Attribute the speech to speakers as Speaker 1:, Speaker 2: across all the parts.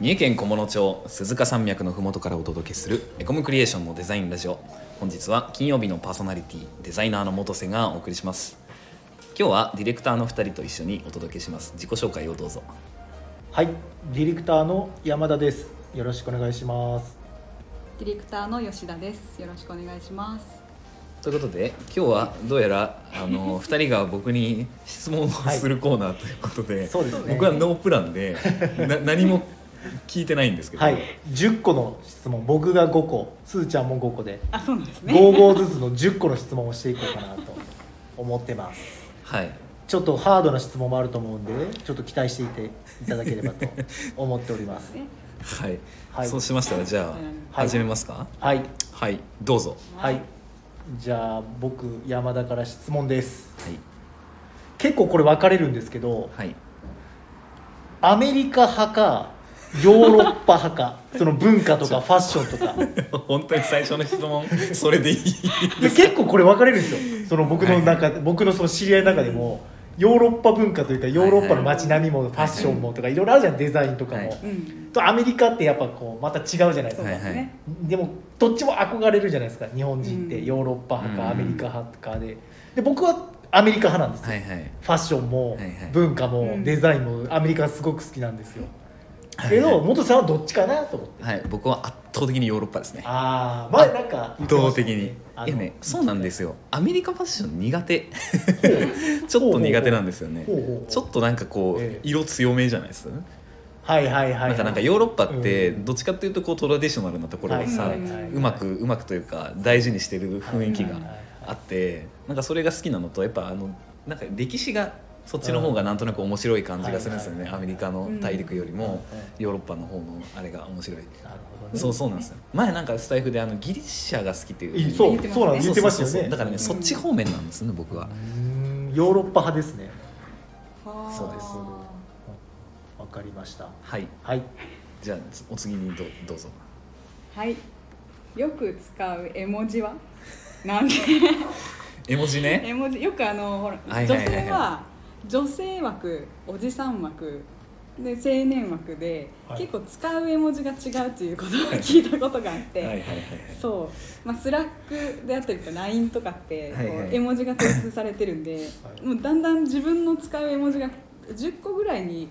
Speaker 1: 三重県小物町鈴鹿山脈のふもとからお届けするエコムクリエーションのデザインラジオ本日は金曜日のパーソナリティデザイナーの元瀬がお送りします今日はディレクターの2人と一緒にお届けします自己紹介をどうぞ
Speaker 2: はい、ディレクターの山田です。よろしくお願いします。
Speaker 3: ディレクターの吉田です。よろしくお願いします。
Speaker 1: ということで今日はどうやらあ の2人が僕に質問をするコーナーということで、
Speaker 2: そうですね。
Speaker 1: 僕はノープランでな 何も聞いてないんですけど、
Speaker 2: はい、10個の質問、僕が5個、すーちゃんも5個で、
Speaker 3: あ、そうなんですね。
Speaker 2: 5個ずつの10個の質問をしていこうかなと思ってます。
Speaker 1: はい
Speaker 2: ちょっとハードな質問もあると思うんで、ちょっと期待していていただければと 思っております。
Speaker 1: はい、
Speaker 2: はい
Speaker 1: そうしましたらじゃあ、
Speaker 2: はい
Speaker 1: 始めますか
Speaker 2: はい、
Speaker 1: はいどうぞ
Speaker 2: はい。じゃあ僕山田から質問です。
Speaker 1: はい
Speaker 2: 結構これ分かれるんですけど、
Speaker 1: はい
Speaker 2: アメリカ派かヨーロッパ派かその文化とかファッションとか
Speaker 1: 本当に最初の質問それでいい
Speaker 2: で結構これ分かれるんですよその僕の中で僕のその知り合いの中でもヨーロッパ文化というかヨーロッパの街並みもファッションもとかいろいろあるじゃんデザインとか
Speaker 1: は
Speaker 2: も
Speaker 1: い
Speaker 3: うん。
Speaker 2: とアメリカってやっぱこうまた違うじゃないです
Speaker 3: そう
Speaker 2: か
Speaker 3: ですね。
Speaker 2: でもどっちも憧れるじゃないですか日本人って
Speaker 3: うん
Speaker 2: ヨーロッパ派
Speaker 1: うん
Speaker 2: かアメリカ派かでで僕はアメリカ派なんですよ
Speaker 1: はいはい
Speaker 2: ファッション
Speaker 1: は
Speaker 2: も
Speaker 1: いはい
Speaker 2: 文化
Speaker 3: う
Speaker 2: も
Speaker 3: ん
Speaker 2: デザインもアメリカがすごく好きなんですよ
Speaker 1: はい
Speaker 2: けど元さんはどっちかなと思って。
Speaker 1: はい僕は圧倒的にヨーロッパですね
Speaker 2: ああ、まあなんか
Speaker 1: 圧
Speaker 2: 言ってま
Speaker 1: 倒
Speaker 2: した
Speaker 1: 的
Speaker 2: ね、
Speaker 1: に
Speaker 2: あの
Speaker 1: いやねそうなんですよアメリカファッション苦手ちょっ
Speaker 2: ほうほ
Speaker 1: と
Speaker 2: う
Speaker 1: 苦手なんですよね
Speaker 2: ほうほうほう
Speaker 1: ちょっとなんかこう、
Speaker 2: ええ
Speaker 1: 色強めじゃないです
Speaker 2: はいはいはい。
Speaker 1: なんかなんかヨーロッパって
Speaker 2: うん
Speaker 1: どっちかっていうとこうトラディショナルなところをさ、
Speaker 3: はいう
Speaker 1: まくうまくというか大事にしてる雰囲気があってなんかそれが好きなのとやっぱあのなんか歴史がそっちの方がなんとなく面白い感じがするんですよ
Speaker 2: は
Speaker 1: ね
Speaker 2: いは
Speaker 1: ア
Speaker 2: い
Speaker 1: メリカの大陸よりもヨーロッパの方のあれが面白い
Speaker 2: なるほどね
Speaker 1: そうそうなんですよ前なんかスタイフであのギリシャが好きっていう
Speaker 2: いそ
Speaker 3: 言って
Speaker 2: う
Speaker 3: まし
Speaker 2: そう
Speaker 3: たね
Speaker 2: なん言ってました
Speaker 1: そうそうそ
Speaker 2: よ
Speaker 1: う
Speaker 2: ね。
Speaker 1: だからね
Speaker 3: ん
Speaker 1: そっち方面なんですね僕は
Speaker 2: うーんヨーロッパ派ですね。
Speaker 3: はあ
Speaker 1: そうです
Speaker 2: わかりました。
Speaker 1: はい
Speaker 2: はい。
Speaker 1: じゃあお次にどうどうぞ
Speaker 3: はい。よく使う絵文字は。 なんで。
Speaker 1: 絵文字ね
Speaker 3: 絵文字、よくあの、ほら、
Speaker 1: はい
Speaker 3: 女
Speaker 1: はいはいはい
Speaker 3: 性は。女性枠、おじさん枠。で、青年枠で、
Speaker 2: はい
Speaker 3: 結構使う絵文字が違うっていうことを聞いたことがあっ
Speaker 1: は
Speaker 3: て。
Speaker 1: いはいはい
Speaker 3: そう、まあ、スラックであったりとか LINE とかって
Speaker 1: は
Speaker 3: こう
Speaker 1: いはい
Speaker 3: 絵文字が突出されてるんで、
Speaker 2: い
Speaker 3: もうだんだん自分の使う絵文字が10個ぐらいに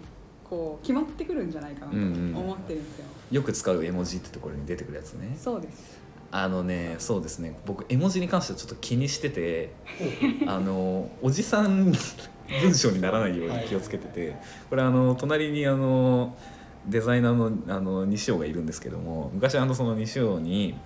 Speaker 3: こう決まってくるんじゃないかなと
Speaker 1: うんうん
Speaker 3: 思ってるんですよ、
Speaker 1: よく使う絵文字ってところに出てくるやつね
Speaker 3: そうです
Speaker 1: あのねそうですね僕絵文字に関してはちょっと気にしててあのおじさん文章にならないように気をつけてて、これあの隣にあのデザイナーのあの西尾がいるんですけども昔あのその西尾に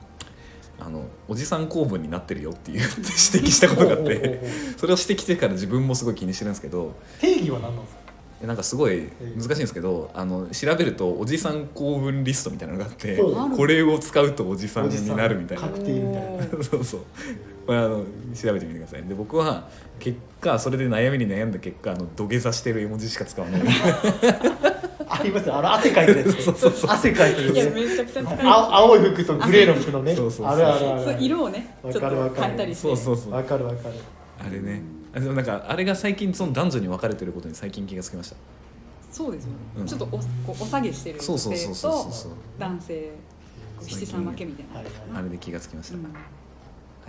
Speaker 1: あの「おじさん公文になってるよ」っていう 指摘したことがあっ
Speaker 2: ほうほうほ
Speaker 1: て
Speaker 2: うほ
Speaker 1: それを指摘してから自分もすごい気にしてるんですけど
Speaker 2: う定義は何なんですか。
Speaker 1: なんかすごい難しいんですけどあの調べるとおじさん公文リストみたいなのがあって
Speaker 2: ほ
Speaker 3: う
Speaker 1: これを使うとおじさん
Speaker 2: おじさ
Speaker 1: に
Speaker 2: ん
Speaker 1: なるみたいな
Speaker 2: 確定みたいな
Speaker 3: おー
Speaker 1: そうそうこれあの調べてみてくださいで僕は結果それで悩みに悩んだ結果あの土下座してる絵文字しか使わない
Speaker 2: ありますよ。あの汗かいてるやつ。
Speaker 1: そうそうそう
Speaker 2: 汗かいてる
Speaker 3: いや
Speaker 2: やつ。
Speaker 3: めちゃくちゃ使い
Speaker 2: あ青い服とグレーの服のね。
Speaker 1: そうそうそう
Speaker 2: あるあるある
Speaker 3: そう色をねちょ
Speaker 2: わ
Speaker 3: っと
Speaker 2: かるわかる
Speaker 3: 変えたりして
Speaker 1: そうそうそう
Speaker 2: わ
Speaker 1: あ
Speaker 2: かるわかる。
Speaker 1: れねあでもなんかあれが最近その男女に分かれてることに最近気がつきました
Speaker 3: そうですよね、
Speaker 1: うん
Speaker 3: ちょっとおこうお下げしてる
Speaker 1: そう
Speaker 3: 女
Speaker 1: そうそう
Speaker 3: 性
Speaker 1: そうそう
Speaker 3: と
Speaker 1: そう
Speaker 3: 男性こう七三分けみたいな、
Speaker 2: はいはい
Speaker 1: あれで気がつきました、
Speaker 3: うん
Speaker 1: は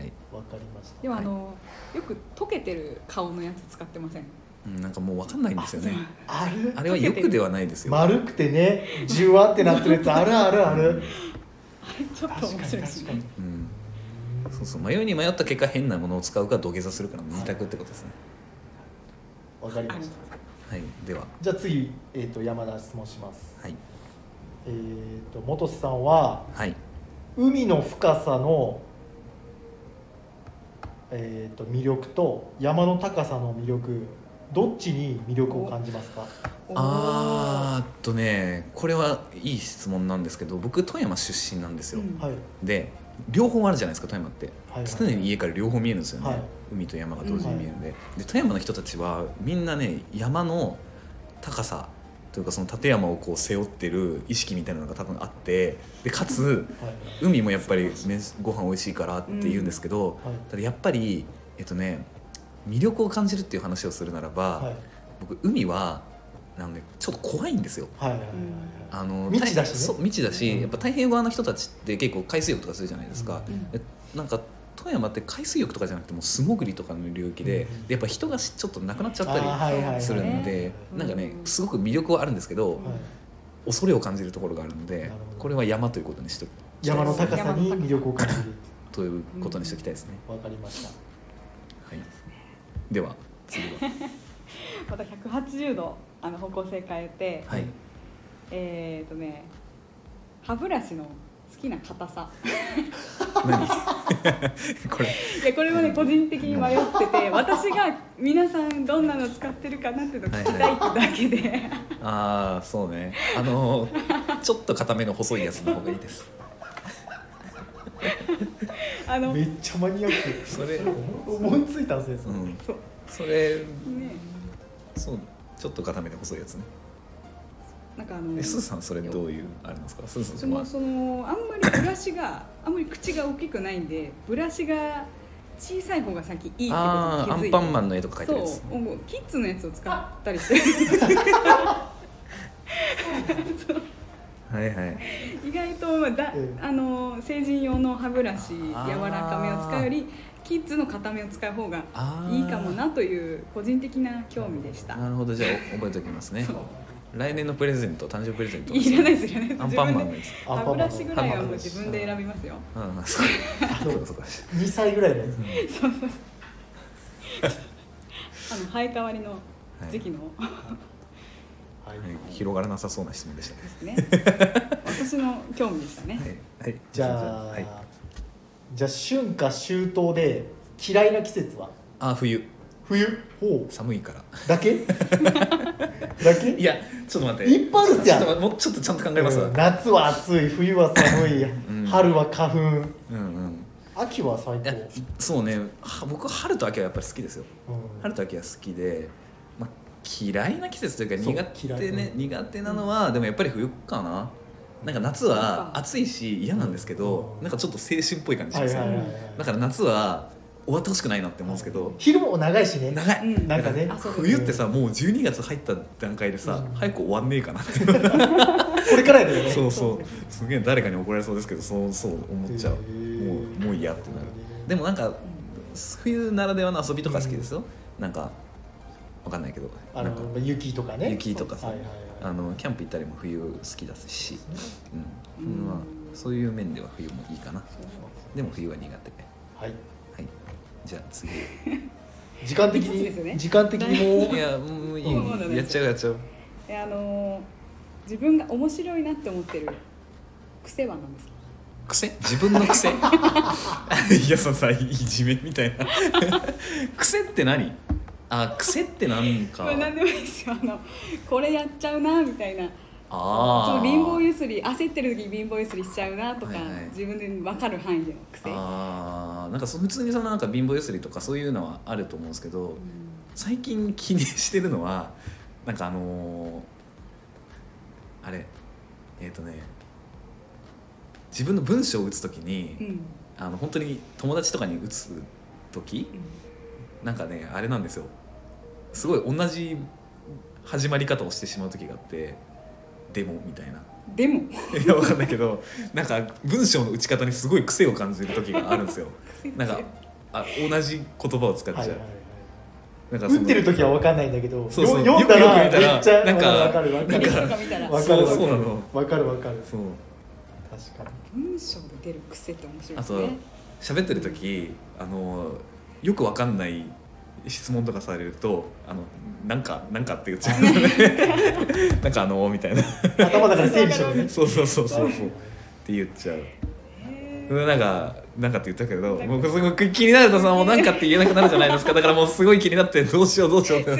Speaker 1: い、
Speaker 2: わかりました。
Speaker 3: でもあの、よく溶けてる顔のやつ使ってません
Speaker 1: うん、なんかもう分かんないんですよね
Speaker 2: ある
Speaker 1: あれはよくではないですよ、
Speaker 2: 丸くてねじゅわってなってるやつあるあるある
Speaker 3: あれちょっ
Speaker 2: 確
Speaker 3: と面
Speaker 2: かに
Speaker 3: 白いです
Speaker 2: 確か
Speaker 3: ね
Speaker 2: に
Speaker 1: うん、そうそう迷いに迷った結果変なものを使うか土下座するから二択ってことですね
Speaker 2: わかり
Speaker 3: あ
Speaker 2: ま
Speaker 3: り
Speaker 2: し
Speaker 3: ま
Speaker 2: た
Speaker 1: はいでは
Speaker 2: じゃあ次、えー、と山田質問します
Speaker 1: はい
Speaker 2: えっ、と元瀬さんは
Speaker 1: はい
Speaker 2: 海の深さのえっ、と魅力と山の高さの魅力どっちに魅力を感じますか
Speaker 3: おー
Speaker 1: あーっとねこれはいい質問なんですけど僕富山出身なんですよ、
Speaker 3: うん
Speaker 2: はい
Speaker 1: で両方あるじゃないですか富山って、
Speaker 2: はい
Speaker 1: 常に家から両方見えるんですよね、
Speaker 2: はい
Speaker 1: 海と山が同時に見えるんで,、で富山の人たちはみんなね山の高さというかその立山をこう背負ってる意識みたいなのが多分あってでかつ
Speaker 2: はい
Speaker 1: 海もやっぱりめご飯美味しいからって言うんですけど、
Speaker 2: はい
Speaker 1: ただやっぱりえっとね魅力を感じるっていう話をするならば、
Speaker 2: はい
Speaker 1: 僕海はなのでちょっと怖いんですよ
Speaker 2: はいはいはい
Speaker 1: あの
Speaker 2: 未知だしね
Speaker 1: 大そう未知だし、
Speaker 2: うん
Speaker 1: やっぱ太平洋側の人たちって結構海水浴とかするじゃないですか、
Speaker 3: うん
Speaker 1: でなんか富山って海水浴とかじゃなくてもう素潜りとかの領域で,、
Speaker 2: うん
Speaker 1: でやっぱ人がしちょっとなくなっちゃ
Speaker 2: あー
Speaker 1: った
Speaker 2: はいはいはい
Speaker 1: りするので、
Speaker 3: うん
Speaker 1: なんかねすごく魅力はあるんですけど、
Speaker 2: はい
Speaker 1: 恐れを感じるところがあるの
Speaker 2: な
Speaker 1: で
Speaker 2: るほど
Speaker 1: これは山ということにしと
Speaker 2: 山の高さに魅力を感じる
Speaker 1: ということにしておきたいですね、
Speaker 2: わかりました
Speaker 1: はい、では次 は
Speaker 3: また180度あの方向性変えて、
Speaker 1: はい
Speaker 3: えっ、とね歯ブラシの好きな硬さ
Speaker 1: 何これ
Speaker 3: いやこれはね個人的に迷って て私が皆さんどんなの使ってるかなっていうのを聞きたいってだけで、
Speaker 1: ああそうねあのちょっと固めの細いやつの方がいいです
Speaker 3: あの
Speaker 2: め
Speaker 3: ね
Speaker 2: っちゃマニアック
Speaker 1: それ
Speaker 2: 思いついたんです
Speaker 1: う
Speaker 2: よ
Speaker 1: ん
Speaker 3: そう
Speaker 1: それそうちょっと固めで細いやつね
Speaker 3: なんかあの
Speaker 1: えすずさんそれどういうあれなんですかすずさ
Speaker 3: そ
Speaker 1: ん
Speaker 3: の
Speaker 1: は
Speaker 3: そのあんまりブラシがあんまり口が大きくないんでブラシが小さい方が先いいってことに気
Speaker 1: ああア
Speaker 3: づい
Speaker 1: ン
Speaker 3: て
Speaker 1: パンマンの絵とか描いてるやつ
Speaker 3: そうもうキッズのやつを使ったりして
Speaker 1: はいはい
Speaker 3: 意外とまあだ、
Speaker 2: うん
Speaker 3: あの成人用の歯ブラシ柔
Speaker 1: あー
Speaker 3: らかめを使うよりキッズの硬めを使う方が
Speaker 1: あー
Speaker 3: いいかもなという個人的な興味でした
Speaker 1: なるほどじゃあ覚えておきますね来年のプレゼント誕生日プレゼント
Speaker 3: いらないですいらないです
Speaker 1: アンパンマンのや
Speaker 3: 自分で
Speaker 1: つ
Speaker 2: アンパン
Speaker 3: 歯
Speaker 2: マン
Speaker 3: ブラシぐらいはもう自分で選びますよ
Speaker 1: うんうんそうそうかそうか
Speaker 2: 2歳ぐらいのやつ
Speaker 3: そうそうそうあの生え変わりの時期の、
Speaker 1: は
Speaker 2: はい
Speaker 1: い広がらなさそうな質問でしたね
Speaker 3: ね私の興味でしたね、
Speaker 1: はいはい
Speaker 2: じゃ
Speaker 1: は
Speaker 2: あ
Speaker 1: い
Speaker 2: じゃあ春夏秋冬で嫌いな季節は
Speaker 1: あ冬
Speaker 2: 冬ほ
Speaker 1: 寒いから
Speaker 2: う だけだけ
Speaker 1: いやちょっと待って
Speaker 2: いっぱいあるっすやん
Speaker 1: ちょっともうちょっとちゃんと考えますわ
Speaker 2: うん夏は暑い冬は寒い、
Speaker 1: ん
Speaker 2: 春は花粉
Speaker 1: うんうん
Speaker 2: 秋は最
Speaker 1: いや
Speaker 2: 高、
Speaker 1: そうねは僕は春と秋はやっぱり好きですよ
Speaker 2: うん
Speaker 1: 春と秋は好きで、まあ、嫌いな季節というか
Speaker 2: そう
Speaker 1: 苦
Speaker 2: 嫌
Speaker 1: 手
Speaker 2: い
Speaker 1: ね苦手なのは、でもやっぱり冬かななんか夏は暑いし嫌なんですけど、
Speaker 2: うん
Speaker 1: なんかちょっと青春っぽい感じし
Speaker 2: はい
Speaker 1: ま
Speaker 2: は
Speaker 1: す
Speaker 2: い
Speaker 1: よ、
Speaker 2: はいはい
Speaker 1: だから夏は終わってほしくないなって思うんですけど、
Speaker 2: 昼も長いしね
Speaker 1: 長い、
Speaker 3: うん
Speaker 2: なんかね
Speaker 3: あそうです
Speaker 1: 冬ってさもう12月入った段階でさ、
Speaker 2: うん
Speaker 1: 早く終わんねえかなって
Speaker 2: これからやで、ね、
Speaker 1: そうそうすげえ誰かに怒られそうですけどそうそう思っちゃう
Speaker 2: へえ
Speaker 1: もうもう嫌ってなるでもなんか冬ならではの遊びとか好きですよ、なんかわかんないけど
Speaker 2: あ
Speaker 1: なんか
Speaker 2: の雪とかね
Speaker 1: 雪とかさ
Speaker 2: はいはいはい
Speaker 1: あのキャンプ行ったりも冬好きだし、うん
Speaker 3: うん
Speaker 1: まあ、そういう面では冬もいいかな
Speaker 3: そう
Speaker 1: でも冬は苦手は
Speaker 2: はい
Speaker 1: いじゃあ次
Speaker 2: 時間的
Speaker 3: いいで
Speaker 2: に、
Speaker 3: すよね
Speaker 2: 時間的 に
Speaker 1: い
Speaker 2: も
Speaker 1: うやもういい
Speaker 3: もうまだ大丈夫
Speaker 1: やっちゃうやっちゃう
Speaker 3: えあのー自分が面白いなって思ってる癖は何ですか
Speaker 1: 癖自分の 癖 いやそのさいじめみたいな 癖って何あ癖って何か
Speaker 3: これ何でもいいですよあのこれやっちゃうなみたいなそ
Speaker 1: あ
Speaker 3: の
Speaker 1: あ
Speaker 3: 貧乏ゆすり焦ってる時貧乏ゆすりしちゃうなとか、
Speaker 1: はいはい
Speaker 3: 自分で分かる範囲での癖
Speaker 1: あーなんかそ普通にそのなんか貧乏ゆすりとかそういうのはあると思うんですけど、
Speaker 3: うん
Speaker 1: 最近気にしてるのはなんかあのーあれえっ、とね自分の文章を打つ時に、
Speaker 3: うん
Speaker 1: あの本当に友達とかに打つ時なんかねあれなんですよすごい同じ始まり方をしてしまう時があって「でも」みたいな。
Speaker 3: うんでも
Speaker 1: いやわかんないけどなんか文章の打ち方にすごい癖を感じる時があるんですよなんかあ同じ言葉を使っちゃう、
Speaker 2: はいはいはい
Speaker 1: なんかその
Speaker 2: 打ってる時は分かんないんだけど
Speaker 1: そうそう
Speaker 2: よ読んだら
Speaker 1: よくよく見たら
Speaker 2: めっちゃ
Speaker 1: なんか
Speaker 2: 分かる分か
Speaker 1: なん
Speaker 3: テ
Speaker 2: る
Speaker 3: レビとか見たら
Speaker 2: 分かる
Speaker 1: そうそうなの
Speaker 2: 分かる分かる
Speaker 1: そう
Speaker 2: 確か
Speaker 3: 文章で出る癖って面白い
Speaker 1: あ
Speaker 3: で
Speaker 1: と
Speaker 3: すね
Speaker 1: 喋ってる時あのよくわかんない質問とかされると「あのなんかなんか」って言っちゃうのね なんかあのみたいな
Speaker 2: に頭だから整理しようね
Speaker 1: そうそうそうそうそうって言っちゃう
Speaker 3: へー
Speaker 1: なんかなんかって言ったけどもうすごく気になるとさもうなんかって言えなくなるじゃないですかだからもうすごい気になってどうしようどうしようって
Speaker 2: え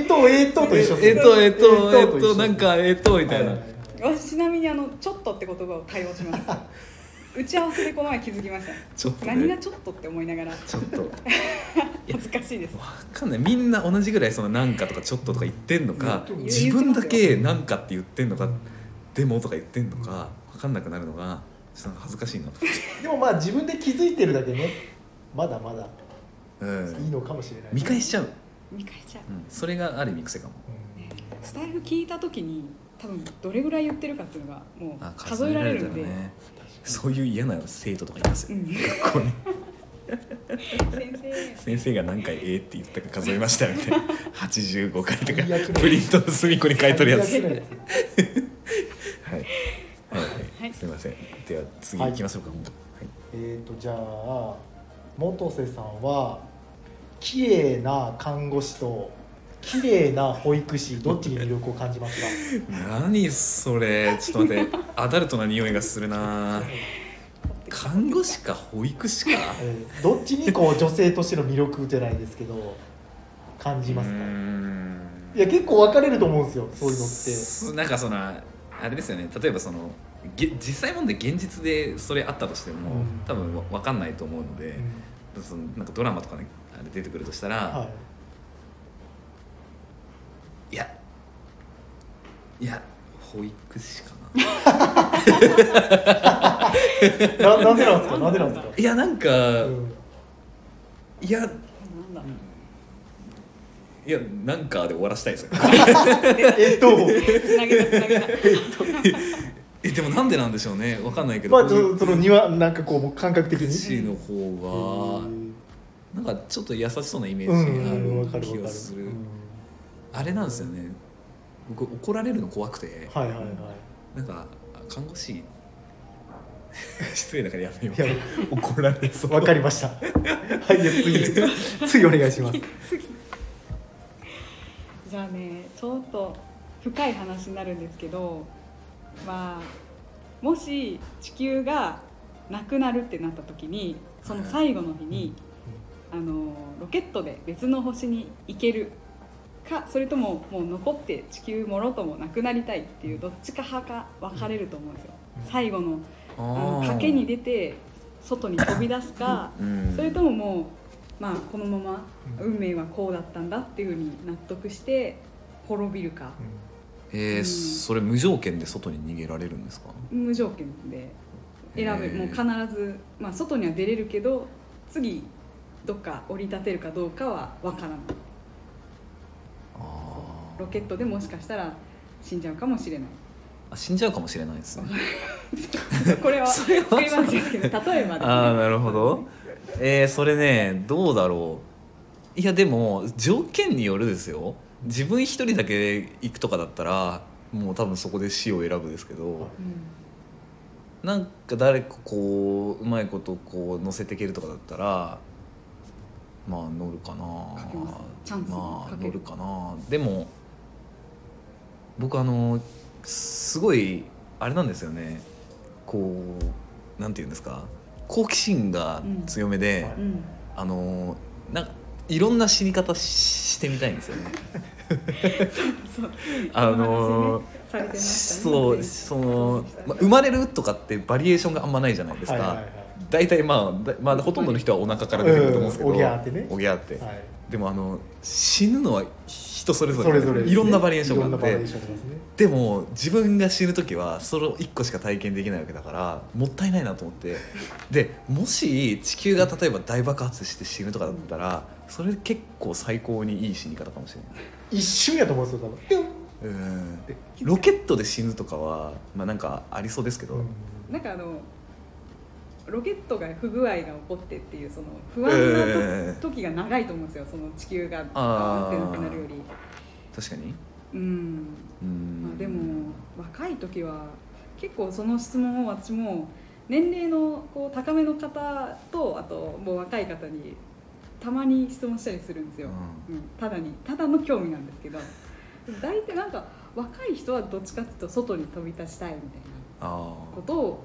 Speaker 2: ーっとえーっとと一緒
Speaker 1: えっとえっとえっ
Speaker 2: 一緒
Speaker 1: となんかえっとみたいな、
Speaker 2: はいはいはい
Speaker 3: 私ちなみにあのちょっとって言葉を対応し ます打ち合わせでこの前気づきました
Speaker 1: ちょっとね
Speaker 3: 何がちょっとって思いながら
Speaker 1: ちょっとわ
Speaker 3: 恥ずかしいです
Speaker 1: かんないみんな同じぐらいそのなんかとかちょっととか言ってんのか
Speaker 2: ずっと
Speaker 1: 自分だけなんかって言ってんのかでもとか言ってんのかわかんなくなるのがちょっとなんか恥ずかしいなと思って
Speaker 2: でもまあ自分で気づいてるだけねまだまだ
Speaker 1: う
Speaker 2: いい
Speaker 1: ん
Speaker 2: のかもしれない
Speaker 1: 見返しちゃう、
Speaker 3: 見返しちゃう
Speaker 1: うん、それがある意味癖かも
Speaker 2: うん
Speaker 3: スタイフ聞いた時に多分どれぐらい言ってるかっていうのがも
Speaker 1: あ
Speaker 3: う数えられるん
Speaker 1: 数
Speaker 3: で、
Speaker 1: えらねそういう嫌な生徒とかいます
Speaker 3: う
Speaker 1: よ、
Speaker 3: ん、
Speaker 1: 学校に
Speaker 3: 先生
Speaker 1: 先生が何回「えー」って言ったか数えましたみたいな85回と
Speaker 2: 最悪
Speaker 1: か
Speaker 2: だ
Speaker 1: プリントの隅っこに書いとるやつ
Speaker 2: 最悪だよ
Speaker 1: はい、はいは、
Speaker 3: はいい
Speaker 1: すみません。では次行きましょうか。
Speaker 2: えー、とじゃあ本瀬さんは綺麗な看護師と綺麗な保育士どっちに魅力を感じますか
Speaker 1: はい、何それ、ちょっと待って、アダルトな匂いがするな。看護師か保育士か。
Speaker 2: えーどっちにこう女性としての魅力じゃないですけど感じますか
Speaker 1: うーん
Speaker 2: いや結構分かれると思うんですよそういうのって
Speaker 1: すなんかそのあれですよね。例えばその。げ実際問題現実でそれあったとしても、
Speaker 2: うん
Speaker 1: 多分わわかんないと思うので、
Speaker 2: うん
Speaker 1: そのなんかドラマとかねあれ出てくるとしたら、、
Speaker 2: はい
Speaker 1: やいや保育士かな。
Speaker 2: い、ななんでなんですかなんでなんですか
Speaker 1: いやなんか、
Speaker 2: うん
Speaker 1: いや
Speaker 3: なんだ
Speaker 1: いやなんかで終わらせたいですよ
Speaker 2: えっと
Speaker 3: つなげたつなげた
Speaker 1: えでもなんでなんでしょうねわかんないけど、
Speaker 2: まあちょっとそのにはなんかこうもう感覚的
Speaker 1: 福
Speaker 2: に
Speaker 1: 祉の方
Speaker 2: うん
Speaker 1: がなんかちょっと優しそうなイメ
Speaker 2: うん
Speaker 1: ージが
Speaker 2: わか
Speaker 1: ある
Speaker 2: るわ
Speaker 1: 気
Speaker 2: か
Speaker 1: が
Speaker 2: る
Speaker 1: する、
Speaker 2: うん
Speaker 1: あれなんですよね僕怒られるの怖くて
Speaker 2: はいはいはい
Speaker 1: なんか看護 師失礼だからやめよ
Speaker 2: いや
Speaker 1: う怒られそう
Speaker 2: わかりました。はい、じゃあ次、次お願いします。
Speaker 3: 次じゃあねちょっと深い話になるんですけどまあもし地球がなくなるってなった時にその最後の日に、あのロケットで別の星に行けるかそれとももう残って地球もろともなくなりたいっていうどっちか派か分かれると思うんですよ。最後の
Speaker 1: あ
Speaker 3: あ
Speaker 1: ー
Speaker 3: の賭けに出て外に飛び出すか
Speaker 1: うん
Speaker 3: それとももう、まあ、このまま
Speaker 2: うん
Speaker 3: 運命はこうだったんだっていうふうに納得して滅びるか
Speaker 1: えー
Speaker 3: うん
Speaker 1: それ無条件で外に逃げられるんですか
Speaker 3: 無条件で選べ
Speaker 1: へえ
Speaker 3: もう必ず、まあ、外には出れるけど次どっか降り立てるかどうかは分からない
Speaker 1: あー
Speaker 3: ロケットでもしかしたら死んじゃうかもしれない
Speaker 1: あ死んじゃうかもしれないですね
Speaker 3: これは
Speaker 1: それは
Speaker 3: 作り話ですけど例えばですね
Speaker 1: ああなるほどえー、それねどうだろういやでも条件によるですよ自分一人だけ行くとかだったらもう多分そこで死を選ぶですけど
Speaker 3: うん
Speaker 1: なんか誰かこううまいことこう乗せていけるとかだったらまあ乗るかな
Speaker 3: かけますチャンスに
Speaker 1: まあ
Speaker 3: かけ
Speaker 1: 乗る
Speaker 3: る
Speaker 1: かなでも僕あのすごいあれなんですよねこうなんて言うんですか好奇心が強めで、
Speaker 2: うん
Speaker 3: うん
Speaker 1: あのなんかいろんな死に方ししてみたいんですよね。
Speaker 3: そう
Speaker 1: あの
Speaker 3: お話ねされてましたね
Speaker 1: そう
Speaker 3: 以前
Speaker 1: その、まあ、生
Speaker 3: う
Speaker 1: まれるとかってバリエーションがあんまないじゃないですか、
Speaker 2: はいはい
Speaker 1: 大体まあだ、まあ、ほとんどの人はお腹から出てくると思うんですけど、
Speaker 2: うんおぎゃーってね
Speaker 1: おぎゃーって、
Speaker 2: はいはい
Speaker 1: でもあの死ぬのは人それぞれ
Speaker 2: それぞれですね
Speaker 1: いろんなバリエーションがあっ
Speaker 2: いろんなバリエ
Speaker 1: て
Speaker 2: ーションがありますね
Speaker 1: でも自分が死ぬ時はその1個しか体験できないわけだからもったいないなと思ってでもし地球が例えば大爆発して死ぬとかだったらそれ結構最高にいい死に方かもしれない。
Speaker 2: 一瞬やと思うんですよ、多分。ピュ
Speaker 1: う
Speaker 2: ン
Speaker 1: んロケットで死ぬとかはまあなんかありそうですけど、
Speaker 3: なんかあのロケットが不具合が起こってっていうその不安なと、
Speaker 1: えー
Speaker 3: 時が長いと思うんですよその地球が
Speaker 1: あ
Speaker 3: バ
Speaker 1: ー
Speaker 3: ーンってなくなるより
Speaker 1: 確かに
Speaker 3: うん、
Speaker 1: うん、
Speaker 3: まあ、でも若い時は結構その質問を私も年齢のこう高めの方とあともう若い方にたまに質問したりするんですよ、うん、ただにただの興味なんですけど大体なんか若い人はどっちかっていうと外に飛び出したいみたいな
Speaker 1: あ
Speaker 3: ことを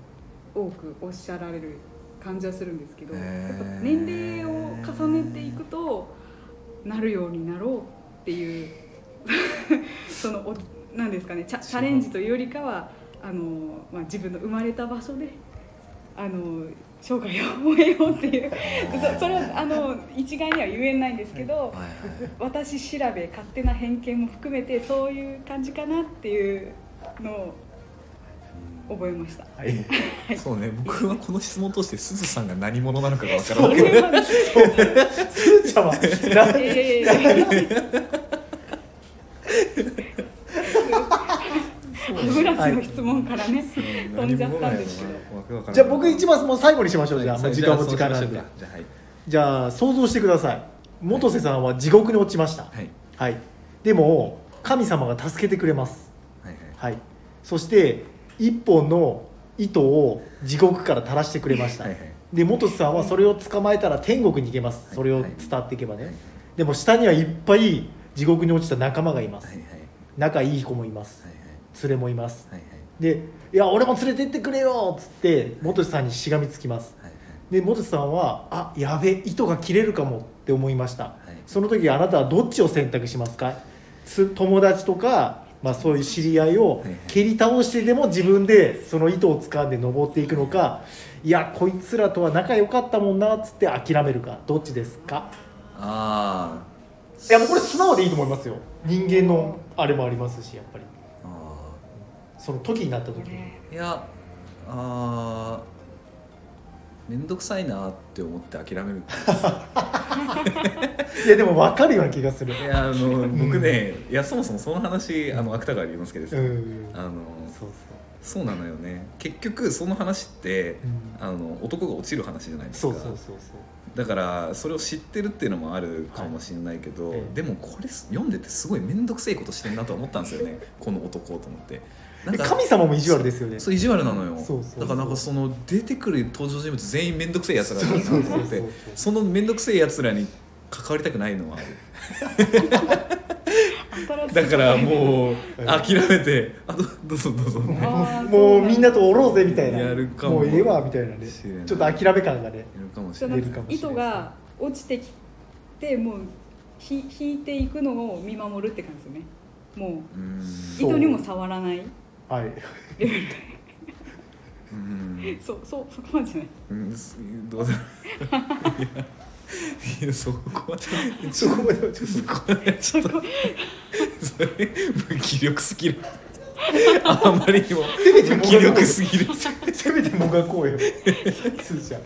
Speaker 3: 多くおっしゃられる感じはするんですけど、
Speaker 1: へー
Speaker 3: やっぱ年齢を重ねていくとなるようになろうっていう そのおなんですかねチャチャレンジというよりかはあの、まあ、自分の生まれた場所であの生涯を終えようっていうそそれはあの一概には言えないんですけど
Speaker 1: あ、。はいはい
Speaker 3: 私調べ勝手な偏見も含めてそういう感じかなっていうのを覚えました。
Speaker 2: はい
Speaker 1: そうね僕はこの質問を通してすずさんが何者なのかが分から
Speaker 3: そ
Speaker 1: ない
Speaker 3: れは ね
Speaker 2: すーちゃんは、な
Speaker 3: ええ歯ブラシの質問からね、飛んじゃったんですけど
Speaker 1: ど
Speaker 2: じゃあ僕一番もう最後にしましょうじゃあ
Speaker 1: は
Speaker 2: もう
Speaker 1: い
Speaker 2: 時間も
Speaker 1: そう
Speaker 2: 時
Speaker 1: しま
Speaker 2: 間
Speaker 1: しょ
Speaker 2: な
Speaker 1: うん
Speaker 2: で
Speaker 1: かじゃあはい
Speaker 2: じゃあ想像してください元瀬さんは地獄に落ちました
Speaker 1: はい
Speaker 2: はいでも神様が助けてくれます
Speaker 1: はいはい
Speaker 2: はいそして一本の糸を地獄から垂らしてくれました
Speaker 1: はいはい
Speaker 2: で元瀬さんはそれを捕まえたら天国に行けますそれを伝わっていけばねでも下にはいっぱい地獄に落ちた仲間がいま
Speaker 1: はいはい
Speaker 2: す
Speaker 1: はい
Speaker 2: 仲いい子もいます連れもいます
Speaker 1: はいはいはい
Speaker 2: で「いや俺も連れてってくれよ」っつって元瀬さんにしがみつきます
Speaker 1: はい
Speaker 2: で元瀬さんは「あやべ糸が切れるかも」って思いました
Speaker 1: はい
Speaker 2: その時あなたはどっちを選択しますかつ友達とか、まあ、そういう知り合い
Speaker 1: は
Speaker 2: を
Speaker 1: いはい
Speaker 2: 蹴り倒してでも自分でその糸を掴んで登っていくのかいやこいつらとは仲良かったもんなっつって諦めるかどっちですか
Speaker 1: あー
Speaker 2: いやもうこれ素直でいいと思いますよ人間のあれもありますしやっぱり
Speaker 1: あ
Speaker 2: その時になった時に
Speaker 3: ね
Speaker 1: ーいやあーめんどくさいなって思って諦める
Speaker 2: いやでも分かるような気がする
Speaker 1: いやあの僕ね、いやそもそもその話あの芥川龍之介です
Speaker 2: う
Speaker 1: けど、
Speaker 2: ん
Speaker 1: あの
Speaker 2: そうそう
Speaker 1: そうなのよね結局その話って、
Speaker 2: うん
Speaker 1: あの男が落ちる話じゃないです
Speaker 2: そ
Speaker 1: か
Speaker 2: うそうそうそう
Speaker 1: だからそれを知ってるっていうのもあるかもしれないけど、
Speaker 2: はいええ
Speaker 1: でもこれ読んでてすごい面倒くせえことしてるなとは思ったんですよ ねこの男と思ってなん
Speaker 2: で
Speaker 1: か
Speaker 2: 神様も意地悪ですよね
Speaker 1: そう意地悪なのよ
Speaker 2: そうそうそう
Speaker 1: だからなんかその出てくる登場人物全員面倒くせえやつらだ
Speaker 2: そう
Speaker 1: なと
Speaker 2: そうそう
Speaker 1: 思っ
Speaker 2: そう
Speaker 1: て その面倒くせえやつらに関わりたくないの はある
Speaker 3: 新しい
Speaker 1: だからもう
Speaker 2: はい
Speaker 1: 諦めてあどどうぞどうぞみたいな
Speaker 3: あー
Speaker 2: もうみんなとおろうぜみたいな
Speaker 1: やるかも
Speaker 2: うええわみたいなね
Speaker 1: しれない
Speaker 2: ちょっと諦め感がね
Speaker 1: やるかもし
Speaker 3: そ
Speaker 1: れな
Speaker 3: の
Speaker 1: い
Speaker 2: 出るかもしれない
Speaker 3: 糸が落ちてきてもうひ引いていくのを見守るって感じですねも
Speaker 1: うーん
Speaker 3: う糸にも触らない
Speaker 2: はい
Speaker 1: う ーん
Speaker 3: そうそうそこまでじゃない
Speaker 1: うんすどうだろ ういやいやそこは
Speaker 2: そこまでちょっ
Speaker 1: そこはちょっと
Speaker 3: そこ
Speaker 1: それ無気力すぎるあまりにも
Speaker 2: せめて
Speaker 1: 無気力すぎる
Speaker 2: とせめてもがこ うよすずちゃん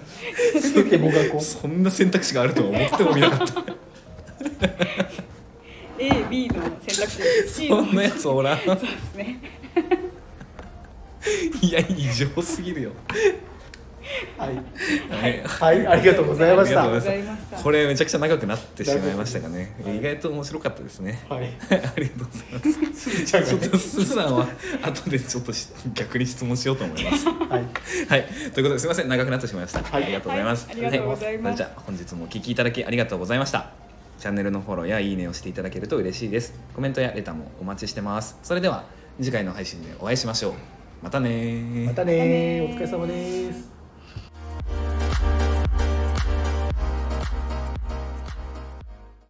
Speaker 2: せめてもがこう
Speaker 1: そんな選択肢があるとは思ってもみなかった
Speaker 3: AB の選択肢 C
Speaker 1: そ
Speaker 3: の
Speaker 1: んなやつおらん
Speaker 3: そうですね
Speaker 1: いや異常すぎるよ
Speaker 2: はい
Speaker 1: はい
Speaker 2: はいありがとうございまし
Speaker 1: ありがと
Speaker 2: た
Speaker 1: うご
Speaker 2: は
Speaker 1: ざいこれめちゃくちゃ長くなってしまいましたがね意外と面白かったですね
Speaker 2: い
Speaker 1: ありがとうございます
Speaker 2: すずちゃんが
Speaker 1: ちょっ
Speaker 2: ね
Speaker 1: とすずさんは後でちょっとし逆に質問しようと思います。
Speaker 2: はい
Speaker 1: はい、ということですみません長くなってしまいました。
Speaker 2: はい
Speaker 1: ありがとうございます。
Speaker 3: はいありがとうござい
Speaker 1: は
Speaker 3: ます
Speaker 1: それじゃあ本日もお聞きいただきありがとうございました。チャンネルのフォローやいいねをしていただけると嬉しいです。コメントやレターもお待ちしてます。それでは次回の配信でお会いしましょう。またねー
Speaker 2: またねーお疲れ様です